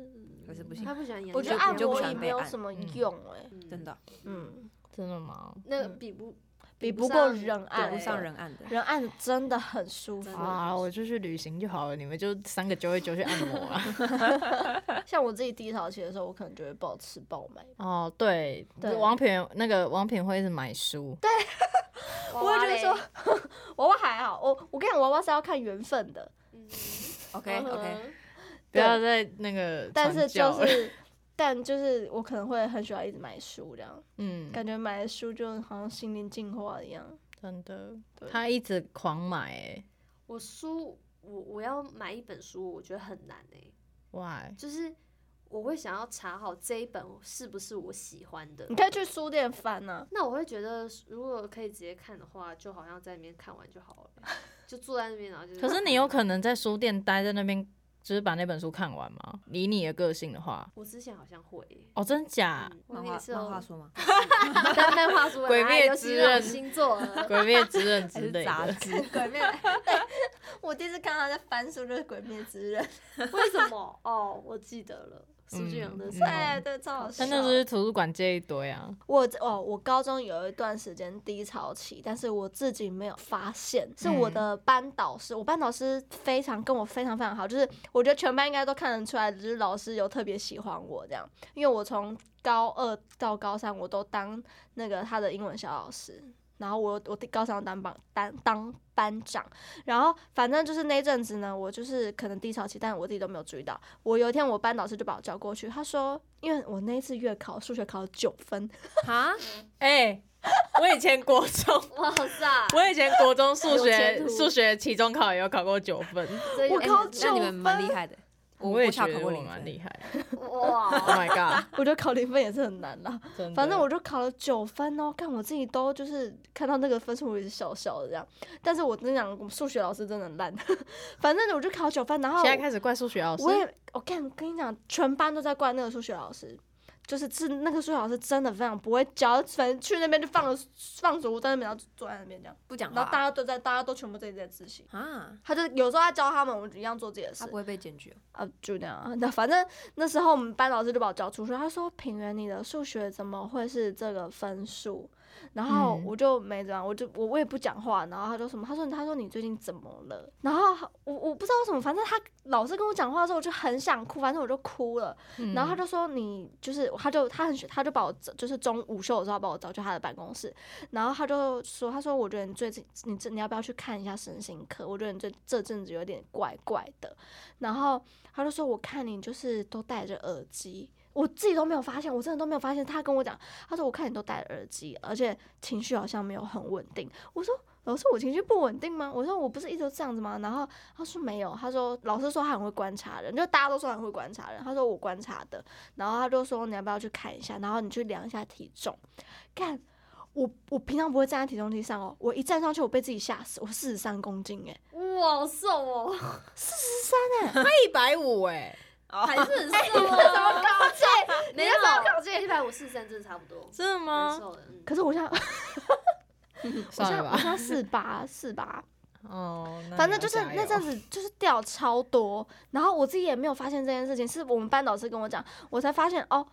可是不行他，不喜欢演，我你觉就得按你就不摩喜椅欢没被有按什么嗯用哎，真，的嗯，真的吗？那个嗯比不比不不过上人比按，不上，人按的。人按真的很舒服真。的啊，我就去旅行就好了，你们就三个九一九去按摩 啊。像我自己低潮期的时候，我可能就会暴吃暴买。哦，对，对王品那个王品会一直买书，我会觉得说， 娃娃还好，我我跟你讲，娃娃是要看缘分的，嗯 OK OK，不要再那个但传是教就了。是，但就是我可能会很喜欢一直买书，这样嗯，感觉买的书就好像心灵净化一样。真的，对他一直狂买、欸，我书我我要买一本书，我觉得很难哎、 why？就是我会想要查好这一本是不是我喜欢的你。可以去书店翻啊呐、那我会觉得，如果可以直接看的话，就好像在那边看完就好 了，就坐在那边，然后就是。可是你有可能在书店待在那边，就是把那本书看完吗？以你的个性的话，我之前好像会欸、哦，真假？嗯，我漫那个画时漫候画书吗？但漫 画书本鬼来灭尤之其是那刃种星座 的，鬼灭之刃之还是类杂 的，志？鬼 灭，我第一次看他在翻书就是《鬼灭之刃》为什么？哦，我记得了，苏俊阳的嗯书，对对，超好笑但。那时候去图书馆借一堆啊。我哦，我高中有一段时间低潮期，但是我自己没有发现，是我的班导师，我班导师非常跟我非常非常好，就是我觉得全班应该都看得出来，只是老师有特别喜欢我这样，因为我从高二到高三我都当那个他的英文小老师。然后我我高三当班当当班长，然后反正就是那阵子呢，我就是可能低潮期，但我自己都没有注意到。我有一天我班导师就把我叫过去，他说，因为我那一次月考数学考了九分，啊，哎、我以前国中，哇塞，我以前国中数有学前途数学期中考也有考过九分，这有我点靠哎那就你们蛮厉害的。我也我觉小考得过我零蛮厉分，害的。Oh 哇， my god！我觉得考零分也是很难啦。真的反正我就考了九分哦，看我自己都就是看到那个分数，我也是笑笑的这样。但是我真的讲，我们数学老师真的很烂。 反正我就考九分，然后现在开始怪数学老师我，也我看跟你讲，全班都在怪那个数学老师。就是是那个数学老师真的非常不会教，反正去那边就放了放手在那边，然后就坐在那边这样，不讲然后大话家都在，大家都全部在自己在自习。啊，他就有时候他教他们，我们一样做自己的事他不会被检举哦，啊，就那样啊。那反正那时候我们班老师就把我叫出去，他说：“平原，你的数学怎么会是这个分数？”然后嗯我就没怎样，我就我我也不讲话。然后他就什么，他说他说你最近怎么了？然后我我不知道为什么，反正他老师跟我讲话的时候，我就很想哭，反正我就哭了。然后他就说你就是，他就他很喜他就把我找就是中午休的时候把我找去他的办公室，然后他就说他说我觉得你最近你这你要不要去看一下身心科？我觉得你这这阵子有点怪怪的。然后他就说我看你就是都戴着耳机。我自己都没有发现，我真的都没有发现。他跟我讲，他说我看你都戴着耳机，而且情绪好像没有很稳定。我说老师，我情绪不稳定吗？我说我不是一直都这样子吗？然后他说没有，他说老师说他很会观察人，就大家都说他很会观察人。他说我观察的，然后他就说你要不要去看一下，然后你去量一下体重。看我我平常不会站在体重机上哦，我一站上去我被自己吓死，我四十三公斤欸诶、哇，好瘦哦，一百五哎，还是很瘦哦。高级， 没有，一百五四三真的差不多，真的蛮吗？瘦的。嗯可是我现在 我算现在了我吧，现在四八四八。哦，那反你要正就是加那油阵 子就是掉超多，然后我自己也没有发现这件事情，是我们班导师跟我讲，我才发现哦，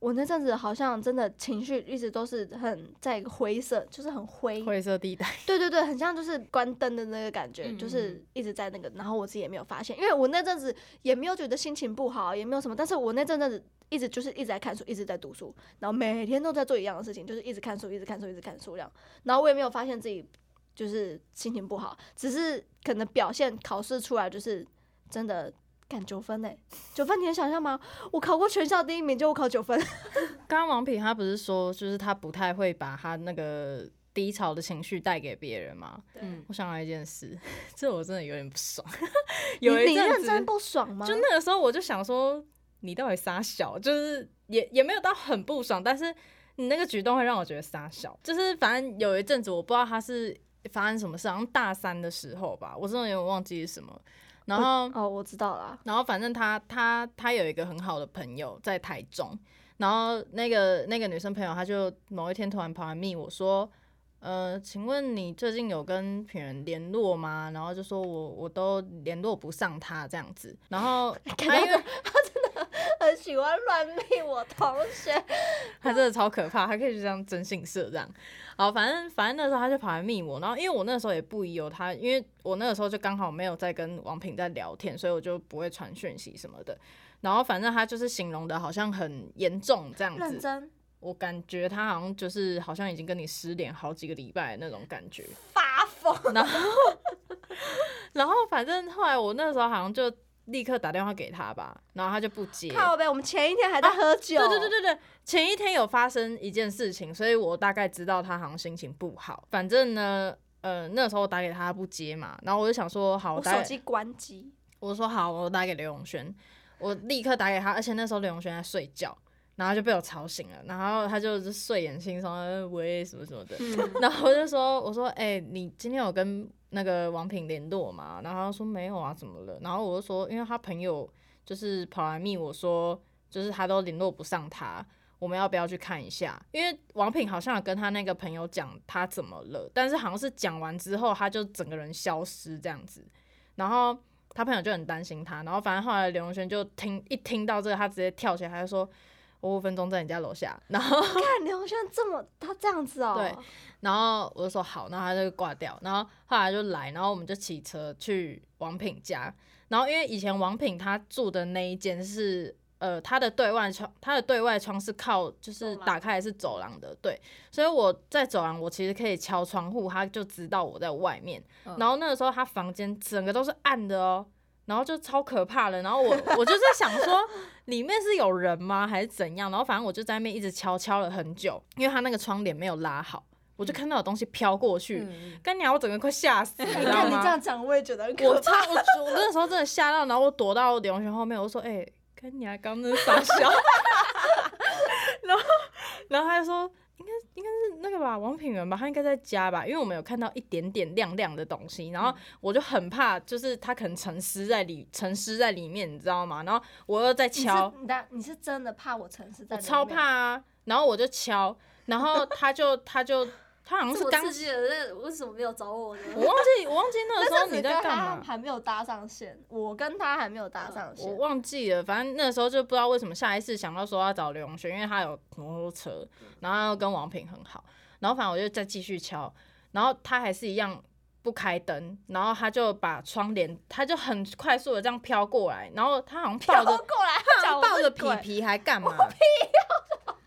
我那阵子好像真的情绪一直都是很在一个灰色，就是很灰，灰色地带，对对对，很像就是关灯的那个感觉，嗯就是一直在那个，然后我自己也没有发现，因为我那阵子也没有觉得心情不好，也没有什么，但是我那阵子一直就是一直在看书，一直在读书，然后每天都在做一样的事情，就是一直看书，一直看书，一直看书这样，然后我也没有发现自己就是心情不好，只是可能表现考试出来就是真的。干九分呢、九分你能想象吗？我考过全校第一名，就我考九分，刚刚王品他不是说，就是他不太会把他那个低潮的情绪带给别人吗？对嗯，我想到一件事， 这我真的有点不爽。 你有一你认阵子，真不爽吗？就那个时候我就想说，你到底傻小？就是也也没有到很不爽，但是你那个举动会让我觉得傻小。就是反正有一阵子，我不知道他是发生什么事，好像大三的时候吧，我真的有点忘记是什么。然后哦，我知道啦，然后反正他他他有一个很好的朋友在台中，然后那个那个女生朋友，她就某一天突然跑来密我说，呃，请问你最近有跟品人联络吗？然后就说我我都联络不上他这样子，然后他因为 很喜欢乱命我同学，他真的超可怕，他可以就这样征信社这样。好，反正反正那时候他就跑来密我，然后因为我那时候也不疑有他，因为我那个时候就刚好没有在跟王品在聊天，所以我就不会传讯息什么的。然后反正他就是形容的好像很严重这样认子，真我感觉他好像就是好像已经跟你失联好几个礼拜的那种感觉。发疯。然后反正后来我那时候好像就立刻打电话给他吧，然后他就不接。靠呗，我们前一天还在喝酒。啊对对对对对，前一天有发生一件事情，所以我大概知道他好像心情不好。反正呢，呃，那时候我打给他他不接嘛，然后我就想说，好，我打手给机 关机，我说好，我打给刘永轩，我立刻打给他，而且那时候刘永轩在睡觉，然后就被我吵醒了，然后他就是睡眼惺忪，呃喂什么什么的，嗯 然后我就说，我说，哎、你今天有跟那个王品联络吗？然后他说没有啊，怎么了？然后我就说，因为他朋友就是跑来密我说，就是他都联络不上他。我们要不要去看一下？因为王品好像有跟他那个朋友讲他怎么了，但是好像是讲完之后他就整个人消失这样子，然后他朋友就很担心他，然后反正后来刘荣轩就听一听到这个，他直接跳起来，他就说：“我五分钟在你家楼下。” 然后看刘轩这么他这样子哦。对，然后我就说好，然后他就挂掉，然后后来就来，然后我们就骑车去王品家，然后因为以前王品他住的那一间是。呃，他的对外窗，他的对外窗是靠，就是走廊打开来是走廊的，对，所以我在走廊，我其实可以敲窗户，他就知道我在外面。嗯然后那个时候他房间整个都是暗的哦，然后就超可怕的。然后我我就在想说，里面是有人吗，还是怎样？然后反正我就在那边一直敲敲了很久，因为他那个窗帘没有拉好，我嗯就看到有东西飘过去，嗯干娘，我整个快吓死，你哎知看道你吗这？样讲，我也觉得很可我怕。超我我那时候真的吓到，然后我躲到刘永轩后面，我说：“哎、干娘，刚 那傻笑。”然后然后他就说：“应该应该是那个个吧，王品源吧，他应该在家吧，因为我们有看到一点点亮亮的东西，然后嗯我就很怕，就是他可能沉思在里沉思在里面，你知道吗？然后我又在 你是敲，你的你是真的怕我城市在我里面，超怕啊，然后我就敲，然后他就他就他好像这是么刚，刺激的，那为什么没有找我呢？我忘记我忘记 那个那时时候候你你在跟干他嘛。还没有搭上线，我跟他还没有搭上我线。忘记了，反正那时候就不知道为什么下一次想到说要找刘永轩，因为他有摩托车，嗯然后跟王平很好，然后反正我就再继续敲，然后他还是一样不开灯，然后他就把窗帘，他就很快速的这样飘过来，然后他好像抱飘着过来， 他好像脚抱着是鬼皮皮还干嘛？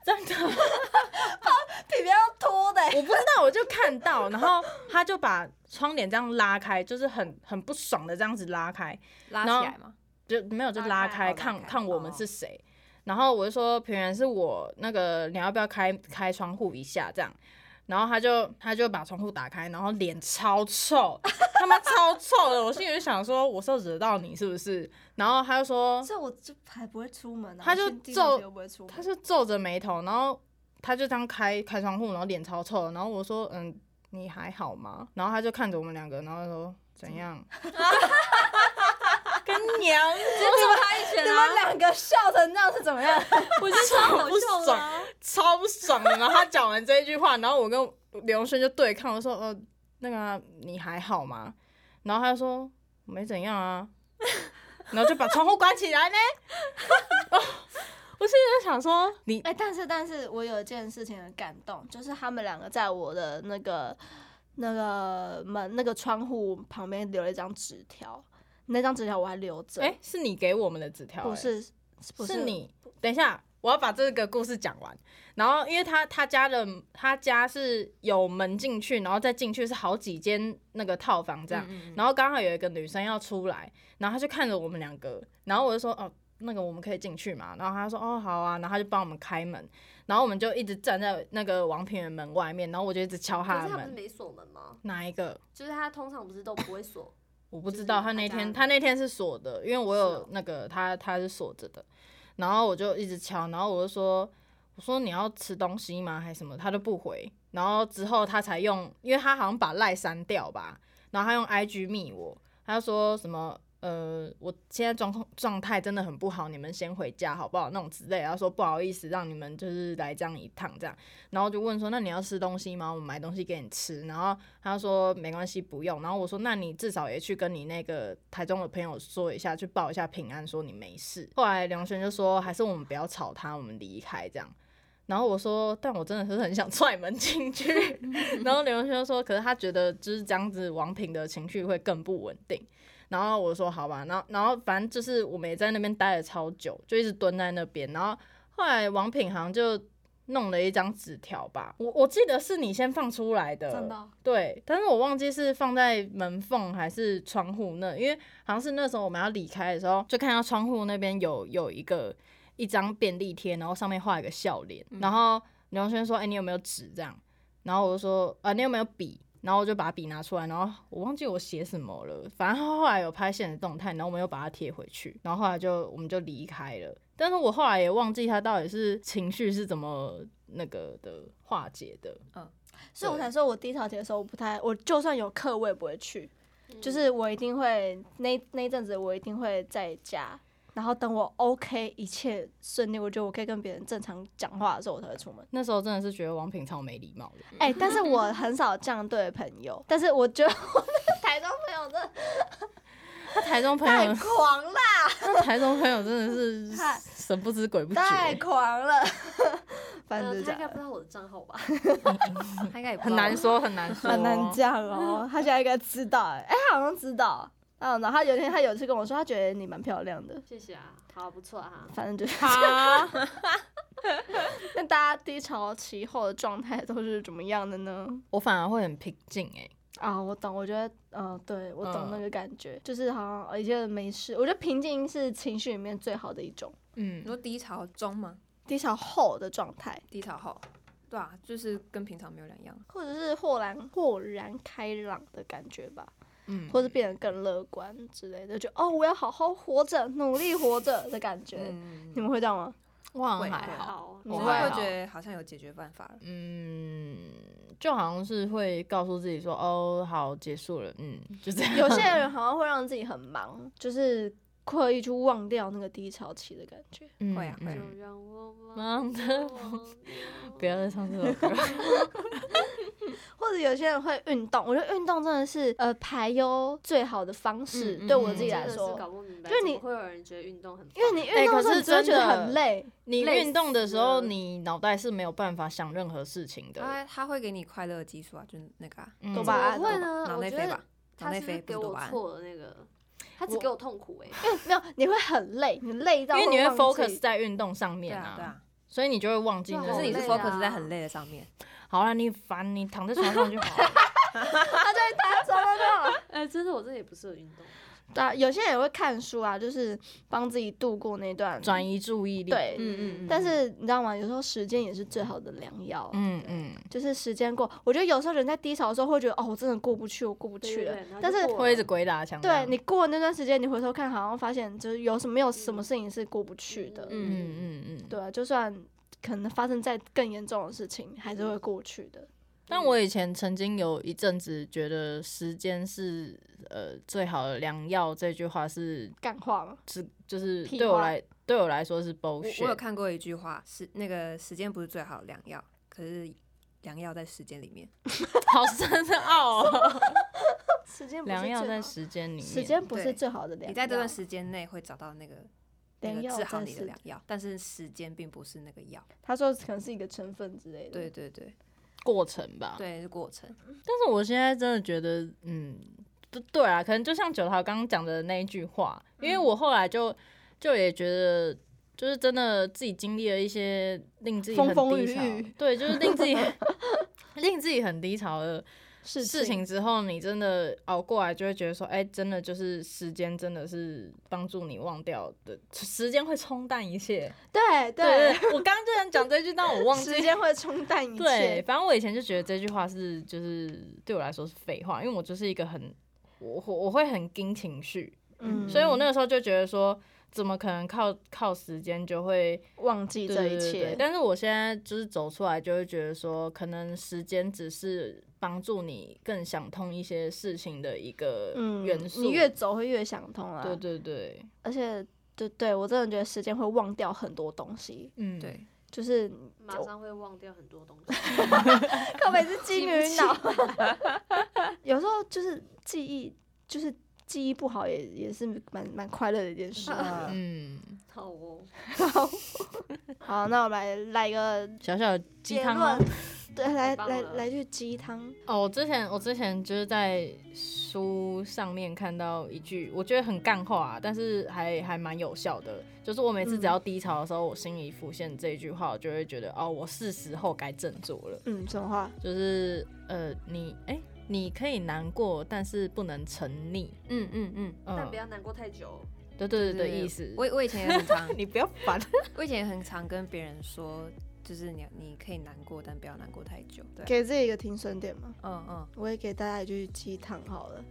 真的，皮皮要脱的欸、我不知道，我就看到，然后他就把窗帘这样拉开，就是很很不爽的这样子拉开，拉然后起来嘛，就没有就拉拉开开看拉开看我们是谁。然后我就说，平原是我那个，你要不要开开窗户一下这样？然后他就他就把窗户打开，然后脸超臭，他妈超臭的。我心里就想说，我是有惹到你是不是？然后他就说，这我就还不会出门啊，他就我去地方皱节又不会出门，他就皱着眉头，然后他就这样开开窗户，然后脸超臭的。然后我说，嗯，你还好吗？然后他就看着我们两个，然后说怎样？跟娘，你们两个笑成这样是怎么样？ 我就超啊不爽，超不爽的。然后他讲完这一句话，然后我跟刘轩就对看，我说：“呃，那个啊、你还好吗？”然后他就说：“没怎样啊。” 然后就把窗户关起来呢。 哦，我现在就想说，你哎、但是但是我有一件事情很感动，就是他们两个在我的那个那个门那个窗户旁边留了一张纸条，那张纸条我还留着。哎、是你给我们的纸条、不哎是，不是你。等一下，我要把这个故事讲完。然后，因为他他家的他家是有门进去，然后再进去是好几间那个套房这样。嗯嗯然后刚好有一个女生要出来，然后她就看着我们两个，然后我就说哦，那个我们可以进去嘛。然后她说哦好啊，然后她就帮我们开门，然后我们就一直站在那个王平的门外面，然后我就一直敲可她的是他不是门。没锁门吗？哪一个？就是他通常不是都不会锁，我不知就是道，他他那家天的他那天是锁的，因为我是有哦那个他他是锁着的，然后我就一直敲，然后我就说我说你要吃东西吗还是什么，他都不回，然后之后他才用，因为他好像把赖删掉吧，然后他用 IG 密我，他就说什么呃我现在状况状态真的很不好，你们先回家好不好那种之类的，然后说不好意思让你们就是来这样一趟这样，然后就问说：“那你要吃东西吗？我买东西给你吃。”然后他说：“没关系，不用。”然后我说：“那你至少也去跟你那个台中的朋友说一下，去报一下平安，说你没事。”后来梁轩就说：“还是我们不要吵他，我们离开这样。”然后我说：“但我真的是很想踹门进去。” 然后梁轩就说：“可是他觉得就是这样子，王平的情绪会更不稳定。”然后我说：“好吧。”然后然后反正就是我们也在那边待了超久，就一直蹲在那边。然后后来王品好像就弄了一张纸条吧，我我记得是你先放出来的，真的哦对，但是我忘记是放在门缝还是窗户那，因为好像是那时候我们要离开的时候，就看到窗户那边有有一个一张便利贴，然后上面画一个笑脸，嗯然后刘轩说：“哎、你有没有纸？”这样，然后我就说：“啊，你有没有笔？”然后我就把笔拿出来，然后我忘记我写什么了，反正后来有拍现实动态，然后我们又把它贴回去，然后后来就我们就离开了。但是我后来也忘记他到底是情绪是怎么那个的化解的，所以我才说我低潮期的时候，我不太，我就算有课我也不会去，嗯就是我一定会那那一阵子我一定会在家，然后等我 OK 一切顺利，我觉得我可以跟别人正常讲话的时候，我才会出门。那时候真的是觉得王品超没礼貌的。哎、但是我很少这样对朋友，但是我觉得我那个台中朋友真的 他台中朋太友，狂了，他台中朋友真的是 太神不知鬼不觉。欸太狂了， 反正呃就这他应该样不。知道我的账号 吧？他应该也不知很道难吧，说，很难说，很难讲哦，他现在应该知道哎、哎、他好像知道，啊，然后他有一天他有一次跟我说，他觉得你蛮漂亮的，谢谢啊，好不错啊，反正就是好， 那大家低潮期后的状态都是怎么样的呢？我反而会很平静哎、啊，我懂，我觉得，呃，对我懂嗯那个感觉，就是好像呃一切没事。我觉得平静是情绪里面最好的一种，嗯你，说低潮中吗？低潮后的状态，低潮后，对啊，就是跟平常没有两样。或者是豁然豁然开朗的感觉吧，嗯或是变得更乐观之类的，就哦，我要好好活着，努力活着的感觉。嗯，你们会这样吗？ 我好像会还还好，好，你我我会还会好觉得好像有解决办法了。嗯，就好像是会告诉自己说，哦，好，结束了，嗯，就这样。有些 人好像会让自己很忙，就是刻意去忘掉那个低潮期的感觉。 嗯会啊会啊就嗯让我忙得不要再唱这 首歌了。 或者有些人会运动，我觉得运动真的是呃排忧最好的方式，嗯嗯对我嗯自己来真的是说，搞不明白，就怎你么会有人觉得运动很因为棒你哎运动可的时候是你只会觉真得的很累，你累运动的时死候，了你脑袋是没有办法想任何事情的。他他会给你快乐激素啊，就是那个啊嗯多巴胺怎么会呢？脑我内觉啡得吧，脑他内是不啡是不给是多啊我巴胺。错了那个，他只我给我痛苦哎，因为没有你会很累，你累因到为你会忘记 focus 在运动上对面啊对啊，所以你就会忘记对那啊个可事是情。你是好累啊 focus 在很累的上面，好了，你烦你躺在床上就好 了。他就会打手了那 种。哎，真的我真的也不适合运动，对啊，有些人也会看书啊，就是帮自己度过那段转移注意力。对，嗯嗯嗯但是你知道吗？有时候时间也是最好的良药。嗯嗯，就是时间过，我觉得有时候人在低潮的时候会觉得，哦，我真的过不去，我过不去了。对对对然后就但是过了会一直鬼打墙这对样。嗯你过了那段时间，你回头看，好像发现就是有什么没有什么事情是过不去的。嗯嗯嗯嗯，对啊，就算可能发生在更严重的事情，还是会过去的。但我以前曾经有一阵子觉得时间是呃最好的良药，这句话是干话嘛，是就是屁对我话来对我来说是我 bullshit。我有看过一句话，是那个时间不是最好的良药，可是良药在时间里面。 好深 奥哦，时间不是良最药好在时间里面。啊时间不是对最好的良药。你在这段时间内会找到那个那良个药治好在你的时良药，但是时间并不是那个药。他说可能是一个成分之类的。对，对对过程吧。对，是过程。但是我现在真的觉得，嗯，不对啊，可能就像九桃刚刚讲的那一句话，因为嗯我后来就就也觉得。就是真的自己经历了一些令自己很低潮，风风雨雨对，就是令自己 令自己很低潮的事事情之后，你真的熬过来，就会觉得说，哎、真的就是时间真的是帮助你忘掉的，时间会冲淡一切。对对，对， 对我刚刚就想讲这句，但我忘记时间会冲淡一对，切。反正我以前就觉得这句话是就是对我来说是废话，因为我就是一个很我我我会很盯情绪，嗯，所以我那个时候就觉得说。怎么可能靠靠时间就会忘记对这对一对对切。但是我现在就是走出来，就会觉得说，可能时间只是帮助你更想通一些事情的一个嗯，元素。你越走会越想通啊。对对对，而且对对，我真的觉得时间会忘掉很多东西，嗯，对，就是马上会忘掉很多东西，特别是金不鱼起脑， 有时候就是记忆，就是记忆不好也也是蛮蛮快乐的一件事。啊嗯，嗯， 好哦， 好，那我们来来一个小小的鸡结汤吗论？，对，来太棒来了来句鸡汤，哦，我之前我之前就是在书上面看到一句，我觉得很干话、啊但是还还蛮有效的。就是我每嗯次只要低潮的时候，我心里浮现这一句话，我就会觉得哦，我是时候该振作了。嗯，什么话？就是呃，你哎、你可以难过，但是不能沉溺。嗯嗯嗯， 但不嗯，要难过太久，哦对对对的意思。我我以前也很 常， 你不要烦。我以前也很常跟别人说，就是你你可以难过，但不要难过太久。对啊，给自己一个停损点嘛。嗯嗯，我也给大家一句鸡汤好了，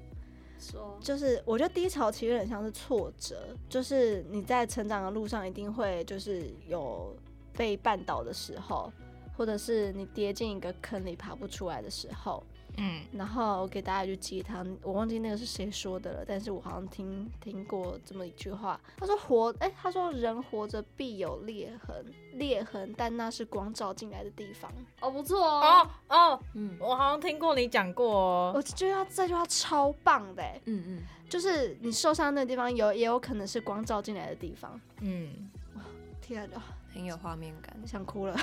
说就是我觉得低潮其实有点像是挫折，就是你在成长的路上一定会就是有被绊倒的时候，或者是你跌进一个坑里爬不出来的时候。 嗯，然后我给大家一句鸡汤，我忘记那个是谁说的了，但是我好像听听过这么一句话，他说活，哎，他说人活着必有裂痕，裂痕，但那是光照进来的地方。哦不错哦，哦哦，嗯我好像听过你讲过我哦。就觉得这句话超棒的、哎嗯嗯，就是你受伤的地方有，也有可能是光照进来的地方。嗯，天 啊，哦很有画面感。想哭了。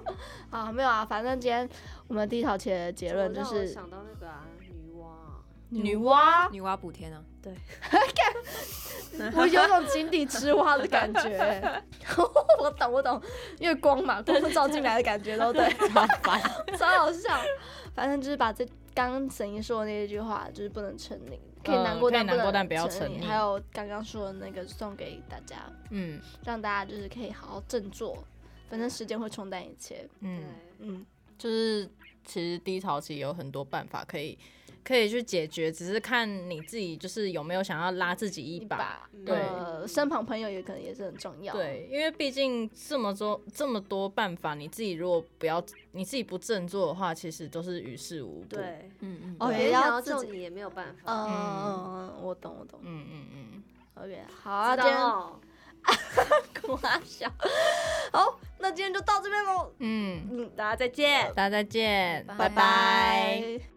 啊，没有啊，反正今天我们第一条的结论就让我是想到那个啊女娲，女娲，女娲补天啊， 我有种井底之蛙的感觉、 哎我懂，我懂，因为光嘛，光照进来的感觉都 对。好烦。 超好笑。反正就是把这刚刚沈怡说的那一句话，就是不能沉溺，可以难呃可以过，但难过但能不要沉沉溺还有刚刚说的那个送给大家，嗯让大家就是可以好好振作。反正时间会冲淡一切。嗯。对，嗯，就是其实低潮期有很多办法可以可以去解决，只是看你自己就是有没有想要拉自己一把。对呃，身旁朋友也可能也是很重要。，对，因为毕竟这么多这么多办法，你自己如果不要你自己不振作的话，其实都是于事无补。对，嗯嗯，哦，别也人想要要哦自救己。你也没有办法。嗯嗯嗯，嗯我懂我懂。嗯嗯嗯， OK，好啊，知今天道哦瓜小，好，那今天就到这边喽，嗯，嗯，大家再见。大家再见，拜拜拜拜